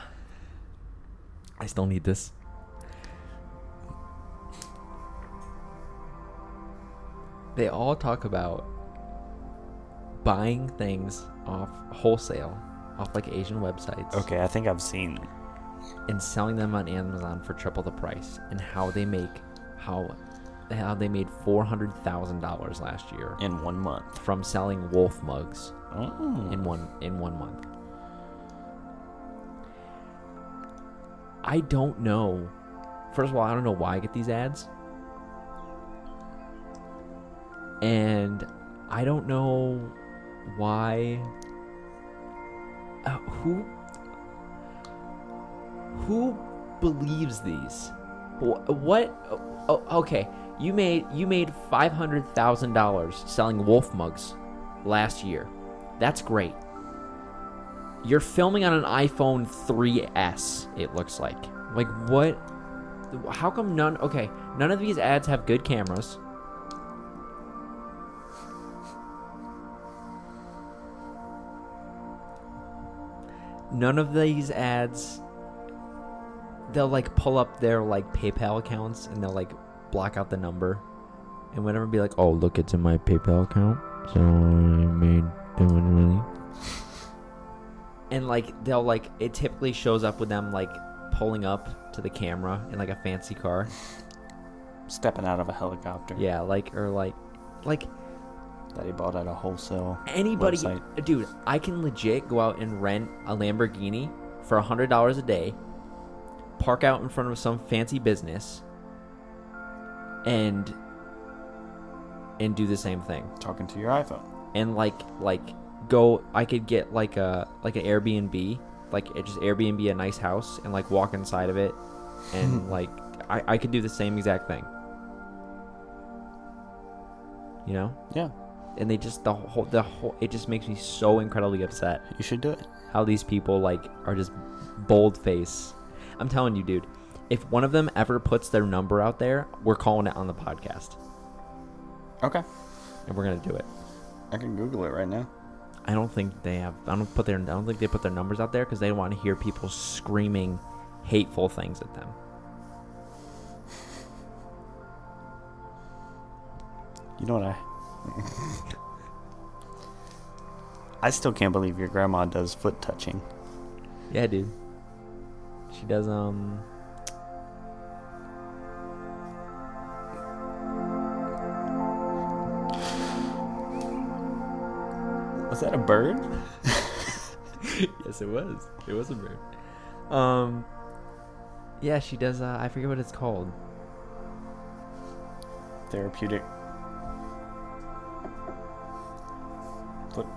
I still need this. They all talk about buying things off wholesale, off like Asian websites. Okay, I think I've seen. and selling them on Amazon for triple the price, and how they make how how they made four hundred thousand dollars last year in one month. from selling wolf mugs Mm. in one in one month. I don't know. First of all, I don't know why I get these ads. And I don't know why uh, who who believes these? Wh- What oh, okay, you made you made $500,000 selling wolf mugs last year. That's great. You're filming on an iPhone 3S, it looks like. Like what how come none okay, none of these ads have good cameras. None of these ads they'll like pull up their like PayPal accounts and they'll like block out the number and whatever be like, oh look, it's in my PayPal account, so I made doing money. And like they'll like it typically shows up with them like pulling up to the camera in like a fancy car. Stepping out of a helicopter Yeah, like or like like that he bought at a wholesale anybody website. dude i can legit go out and rent a lamborghini for a hundred dollars a day park out in front of some fancy business and and do the same thing talking to your iPhone. and like like go i could get like a like an airbnb like it just airbnb a nice house and like walk inside of it and like I, I could do the same exact thing you know Yeah, and they just the whole the whole it just makes me so incredibly upset you should do it. how these people like are just bold face i'm telling you dude if one of them ever puts their number out there we're calling it on the podcast Okay, and we're gonna do it I can Google it right now. i don't think they have i don't put their i don't think they put their numbers out there because they want to hear people screaming hateful things at them You know what I? I still can't believe your grandma does foot touching. yeah dude she does um Was that a bird? yes, it was. It was a bird. Um, yeah, she does. Uh, I forget what it's called. Therapeutic. Foot,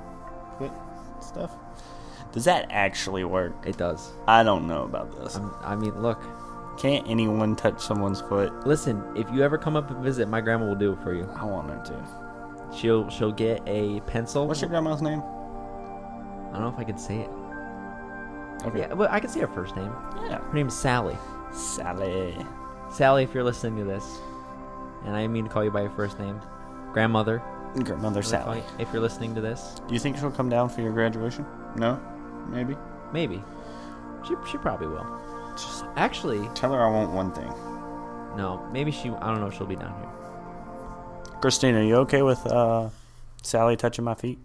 foot stuff. Does that actually work? It does. I don't know about this. I'm, I mean, look, Can't anyone touch someone's foot? listen. If you ever come up and visit, my grandma will do it for you. I want her to. She'll she'll get a pencil. What's your grandma's name? I don't know if I can say it. Okay. Yeah, well, I can say her first name. Her Yeah. name's Sally. Sally. Sally, if you're listening to this, and I mean to call you by your first name, grandmother. Grandmother if I call Sally. you- If you're listening to this, Do you think she'll come down for your graduation? No? Maybe? maybe she she probably will. Just Actually, tell her I want one thing. no. Maybe she. I don't know. if She'll be down here. Christina, you okay with uh, Sally touching my feet?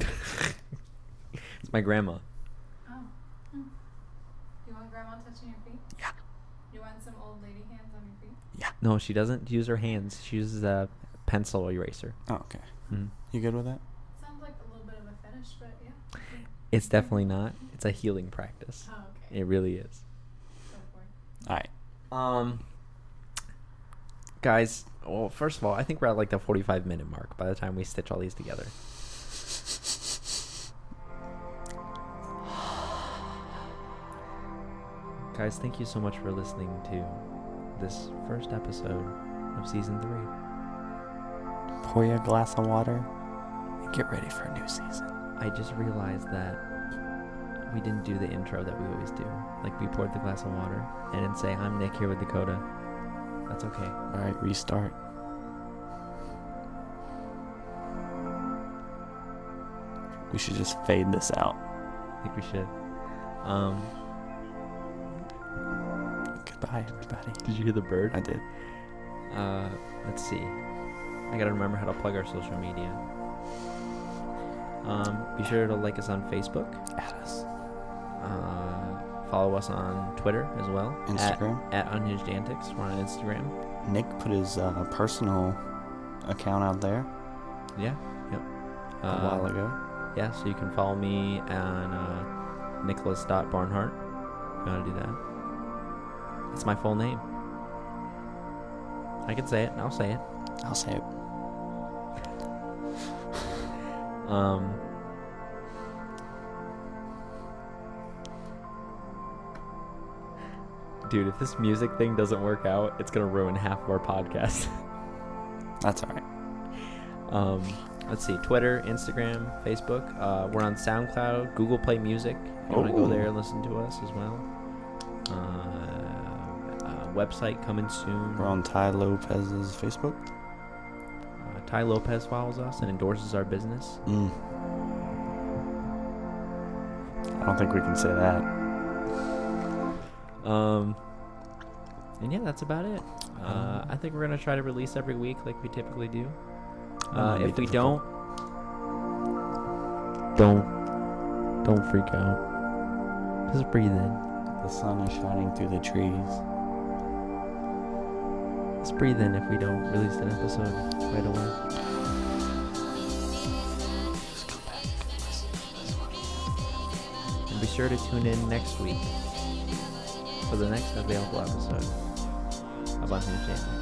It's my grandma. Oh. You want grandma touching your feet? Yeah. You want some old lady hands on your feet? No, she doesn't use her hands. She uses a pencil eraser. Oh, okay. Mm. You good with that? Sounds like a little bit of a fetish, but yeah. It's definitely not. It's a healing practice. Oh, okay. It really is. Go for it. All right. Um, guys. Well, first of all, I think we're at like the forty-five minute mark by the time we stitch all these together. guys, thank you so much for listening to this first episode of season three. Pour you a glass of water. And get ready for a new season. I just realized that we didn't do the intro that we always do. Like we poured the glass of water and then say, "I'm Nick here with Dakota." That's okay. All right, restart. We should just fade this out. I think we should. Um, Goodbye, everybody. did you hear the bird? I did. Uh, let's see. I gotta remember how to plug our social media. Um, be sure to like us on Facebook. At us. Uh, follow us on Twitter as well. at- Instagram. At, Unhinged Antics. We're on Instagram. Nick put his uh, personal account out there Yeah. Yep. a Uh, while ago. Yeah, so you can follow me on uh, Nicholas.Barnhart. If you want to do that. That's my full name. I can say it. I'll say it. I'll say it. Um, dude, if this music thing doesn't work out, it's gonna ruin half of our podcast. That's all right. um, let's see: Twitter, Instagram, Facebook. Uh, we're on SoundCloud, Google Play Music. If you want to go Ooh. there and listen to us as well. Uh, uh, website coming soon. We're on Ty Lopez's Facebook. Uh, Ty Lopez follows us and endorses our business. Mm. I don't think we can say that. Um, and yeah, that's about it. Uh, I think we're gonna try to release every week, like we typically do. Uh, might be if we difficult. don't, don't, don't freak out. Just breathe in. The sun is shining through the trees. Just breathe in if we don't release an episode right away. Just come back and listen to this one. And be sure to tune in next week for the next available episode of Unhinged Antics.